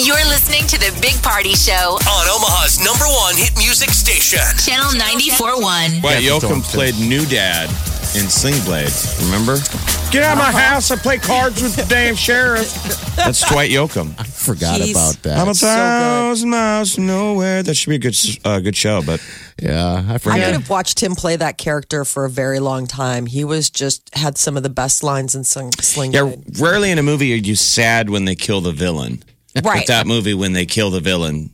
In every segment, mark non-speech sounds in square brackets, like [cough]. You're listening to the Big Party Show, on Omaha's number one hit music station. Channel 94.1. Wait, Yeah, Yoakum don't- played New Dad in Sling Blade. Remember? Get out of my house. I play cards with the damn sheriff. That's Dwight Yoakam. Forgot Jeez. about that. I'm a so good. thousand miles from nowhere. That should be a good s- uh, good show, but yeah, I I forgot. could have watched him play that character for a very long time. He was just had some of the best lines in Sling. sling yeah, Blade. rarely in a movie are you sad when they kill the villain. right. But that movie, when they kill the villain,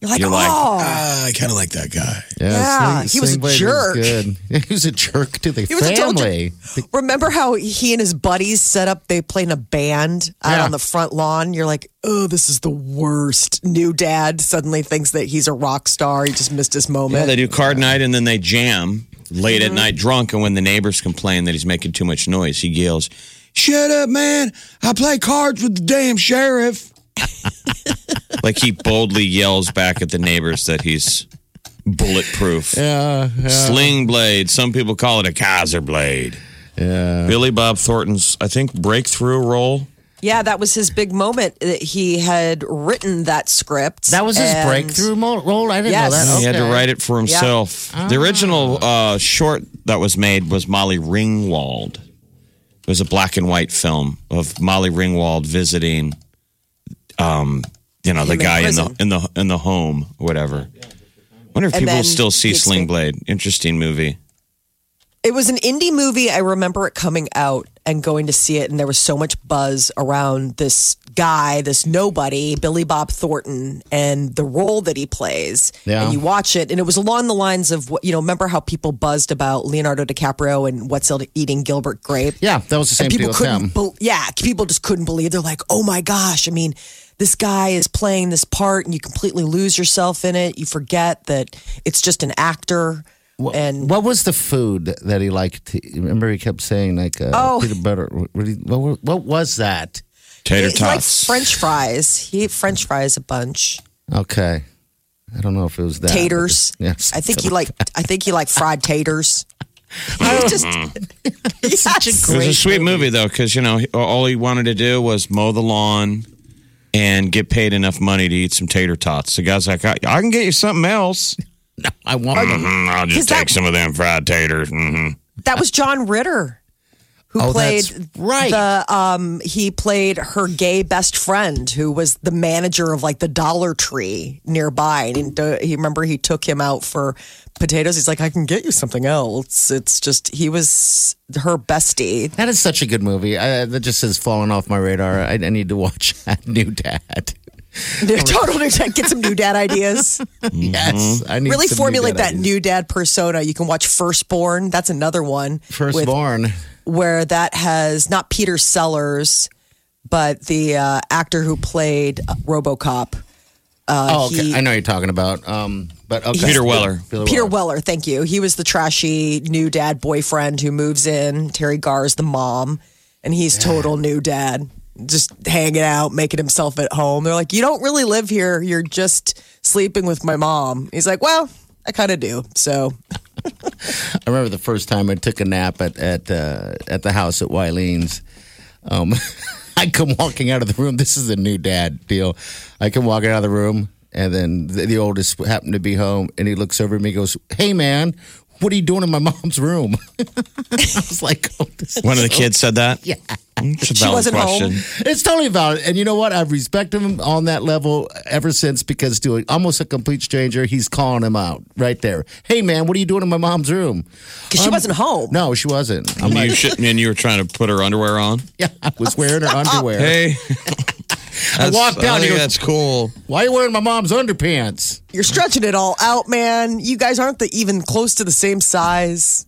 you're like, you're oh, like, ah, I kind of like that guy. yeah, yeah, Sling- he was a Sling Blade jerk. good. [laughs] he was a jerk to the was a total family. remember how he and his buddies set up? They play in a band out Yeah. on the front lawn. You're like, oh, this is the worst. New dad suddenly thinks that he's a rock star. He just missed his Yeah, moment. they do card night and then they jam late at Mm-hmm. night drunk. And when the neighbors complain that he's making too much noise, he yells, Shut up, man. I play cards with the damn [laughs] sheriff. like he boldly yells back at the neighbors that he's bulletproof. Yeah, yeah, Sling blade. Some people call it a Kaiser blade. yeah. Billy Bob Thornton's, I think, breakthrough role. yeah, that was his big moment. that He had written that script. That was his and- breakthrough mo- role. I didn't Yes. know that. He had to Okay. write it for himself. The Ah. original uh, short that was made was Molly Ringwald. It was a black and white film of Molly Ringwald visiting, um, you know, the Him in guy in the prison. in the in the home, or whatever. Wonder if And people then still see the Sling extinct- Blade. Interesting movie. It was an indie movie. I remember it coming out and going to see it, and there was so much buzz around this guy, this nobody, Billy Bob Thornton, and the role that he plays. Yeah. And you watch it, and it was along the lines of what you know. Remember how people buzzed about Leonardo DiCaprio and what's eating Gilbert Grape? Yeah, that was the same and deal people with couldn't him. bel- yeah people just couldn't believe they're like oh my gosh i mean this guy is playing this part and you completely lose yourself in it you forget that it's just an actor and What was the food that he liked? to- Remember, he kept saying like uh, Oh. peanut butter. What, what, did- what, were- what was that? Tater he likes tots. french fries he ate french fries a bunch Okay, I don't know if it was that. but taters it- Yes, i think he liked i think he liked fried taters He just Yes. It was a sweet movie, though, because you know he- all he wanted to do was mow the lawn and get paid enough money to eat some tater tots. The guy's like, I, I can get you something else. I want. Mm, I'll Is just that- take some of them fried taters. hmm that was john ritter who Oh, played that's right. the um he played her gay best friend who was the manager of like the dollar tree nearby and he, he remember he took him out for potatoes he's like i can get you something else it's just he was her bestie [laughs] That is such a good movie. I, that just has fallen off my radar. I, I need to watch [laughs] New Dad. total [laughs] new dad get some new dad ideas Yes, I need really some New formulate Dad that ideas. new dad persona you can watch firstborn that's another one with Firstborn. where that has not Peter Sellers, but the uh, actor who played RoboCop. Uh, oh, okay. he- I know you're talking about. Um, but okay. Peter Weller. Peter Weller, thank you. He was the trashy new dad boyfriend who moves in. Terry Garr's the mom, and he's total new dad, just hanging out, making himself at home. They're like, "You don't really live here. You're just sleeping with my mom." He's like, "Well, I kind of do." So I remember the first time I took a nap at at uh, at the house at Wileen's. Um, [laughs] I come walking out of the room. This is a new dad deal. I come walking out of the room, and then the, the oldest happened to be home, and he looks over at me, and goes, "Hey, man, what are you doing in my [laughs] mom's room?" I was like, oh, this is One of the so- kids said that. Yeah, it's a valid wasn't question. home. It's totally valid, and you know what? I've respected him on that level ever since because to a, almost a complete stranger, he's calling him out right there. Hey, man, what are you doing in my mom's room? 'cause Um, she wasn't home. No, she wasn't. I'm And like, you should, and you were trying to put her underwear on. yeah, I [laughs] was wearing her [laughs] underwear. Hey, I walked I down. He think goes, that's cool. "Why are you wearing my mom's underpants?" [laughs] You're stretching it all out, man. You guys aren't the, even close to the same size.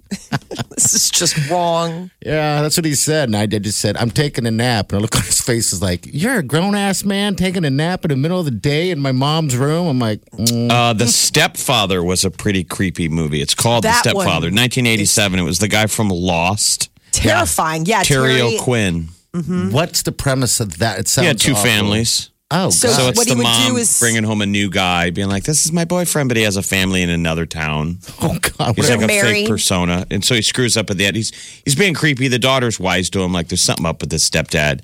this is just wrong. Yeah, that's what he said. And I did- just said, I'm taking a nap. And I look [laughs] on his face, is like, You're a grown ass man taking a nap in the middle of the day in my mom's room. I'm like, mm. Uh, the Stepfather was a pretty creepy movie. It's called That The Stepfather, one. 1987. It was the guy from Lost, Terrifying. Yeah, Terry Terry. O'Quinn. Mm-hmm. What's the premise of that? It sounds He had two awful. families. Oh, So- So God. [laughs] it's Uh, What he the would do mom is- bringing home a new guy, being like, "This is my boyfriend, but he has a family in another town." oh, God. He's What- like a married. fake persona, and so he screws up at the end. He's he's being creepy. The daughter's wise to him, like there's something up with this stepdad,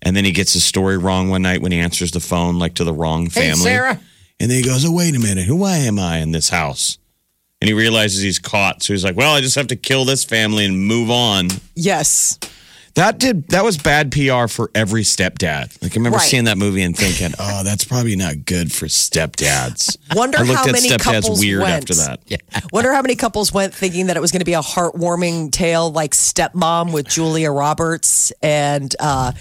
and then he gets his story wrong one night when he answers the phone like to the wrong family. Sarah. And then he goes, "Oh wait a minute, who why am I in this house?" And he realizes he's caught, so he's like, "Well, I just have to kill this family and move on." Yes. That did that was bad PR for every stepdad. Like I remember Right. seeing that movie and thinking, [laughs] "Oh, that's probably not good for stepdads." Wonder I looked how at many stepdads couples weird went. after that. Wonder how many couples went thinking that it was going to be a heartwarming tale like Stepmom with Julia Roberts and uh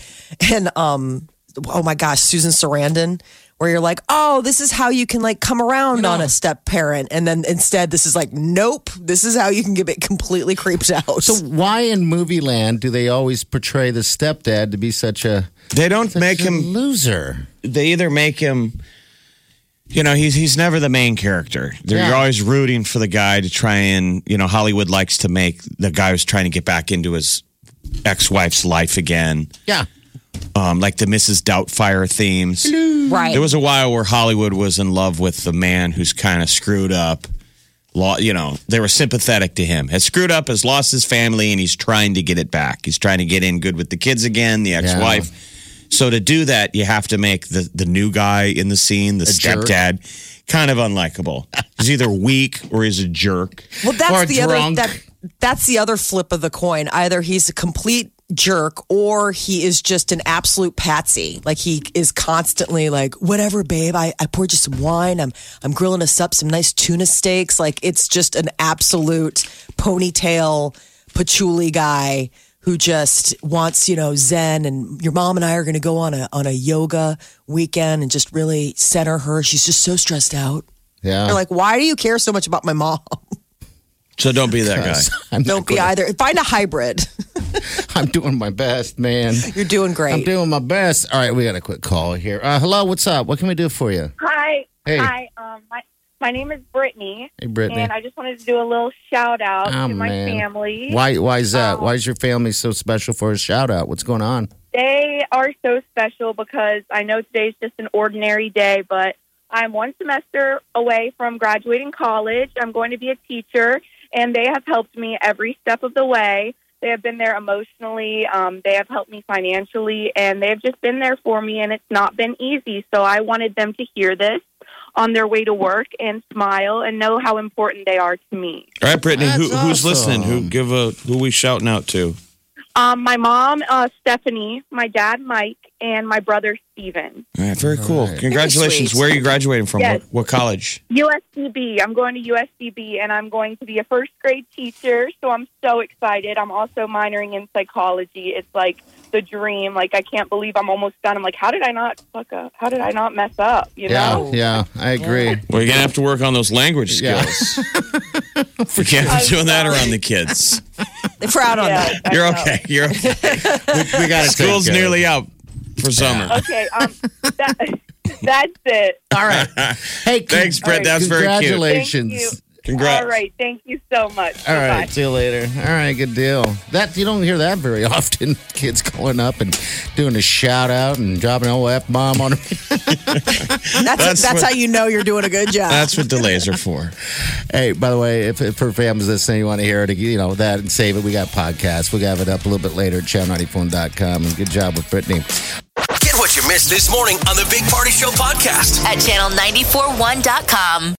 and um oh my gosh, Susan Sarandon where you're like, "Oh, this is how you can like come around on a step parent." And then instead this is like, "Nope, this is how you can get completely creeped out." [laughs] So why in movie land do they always portray the stepdad to be such a, They don't make such a him loser? they either make him you know he's he's never the main character They're- Yeah. you're always rooting for the guy to try and you know hollywood likes to make the guy who's trying to get back into his ex-wife's life again Yeah. um, like the mrs doubtfire themes right. there was a while where hollywood was in love with the man who's kind of screwed up Law, you know, they were sympathetic to him. Has screwed up, has lost his family, and he's trying to get it back. He's trying to get in good with the kids again, the ex-wife. So to do that, you have to make the the new guy in the scene, the jerk. stepdad, kind of unlikable. he's either weak or he's a jerk. Well, that's or the drunk. other that that's the other flip of the coin. Either he's a complete jerk or he is just an absolute patsy. Like he is constantly like, "Whatever, babe. I, I poured you some wine. I'm I'm grilling us up some nice tuna steaks." Like it's just an absolute ponytail patchouli guy who just wants, you know, zen and your mom and I are going to go on a on a yoga weekend and just really center her. She's just so stressed out. Yeah. They're like, "Why do you care so much about my mom?" So don't be that guy. [laughs] I'm Don't be either. Find a hybrid. I'm doing my best, man. [laughs] You're doing I'm great. doing my best. All right, we got a quick call here. Uh, hello, what's up? What can we do for you? Hi. Hey. Hi. Um, my, my name is Brittany, Hey, Brittany. and I just wanted to do a little shout out Oh, to my man. family. Why? Why is that? why is your family so special for a shout out? What's going on? They are so special because I know today's just an ordinary day, but I'm one semester away from graduating college. I'm going to be a teacher, and they have helped me every step of the way. They have been there emotionally, um, they have helped me financially, and they have just been there for me, and it's not been easy. So I wanted them to hear this on their way to work and smile and know how important they are to me. All right, Brittany, who, That's who's listening? Who awesome. give a who we shouting out to? Um, my mom, uh, Stephanie, my dad, Mike, and my brother, Steven. All right, very cool. Congratulations. sweet. Where are you graduating from? Yes. What, what college? USCB. I'm going to USCB and I'm going to be a first grade teacher. So I'm so excited. I'm also minoring in psychology. It's like the dream. Like, I can't believe I'm almost done. I'm like, how did I not fuck up? How did I not mess up? You know? Yeah, yeah, I agree. Well, you're gonna have to work on those language Yeah. skills. [laughs] you can't be doing that around the kids. They frown on that. I You're know. okay. You're [laughs] okay. We got School's nearly out for summer. Okay. Um, that, [laughs] that's it. All right. Hey, Thanks, con- Brett. That's very cute. Thank Congratulations. you. Congrats. All right. Thank you so much. All right, Bye-bye. see you later. All right, good deal. That you don't hear that very [laughs] often. Kids calling up and doing a shout out and dropping an OF bomb on them. That's that's, That's what- how you know you're doing a good job. That's what delays are for. [laughs] hey, by the way, if, if her family's listening, you want to hear it, you know that and save it. We got podcasts. We'll have it up a little bit later at channel94.com. And good job with Brittany. Get what you missed this morning on the Big Party Show podcast. at channel941.com.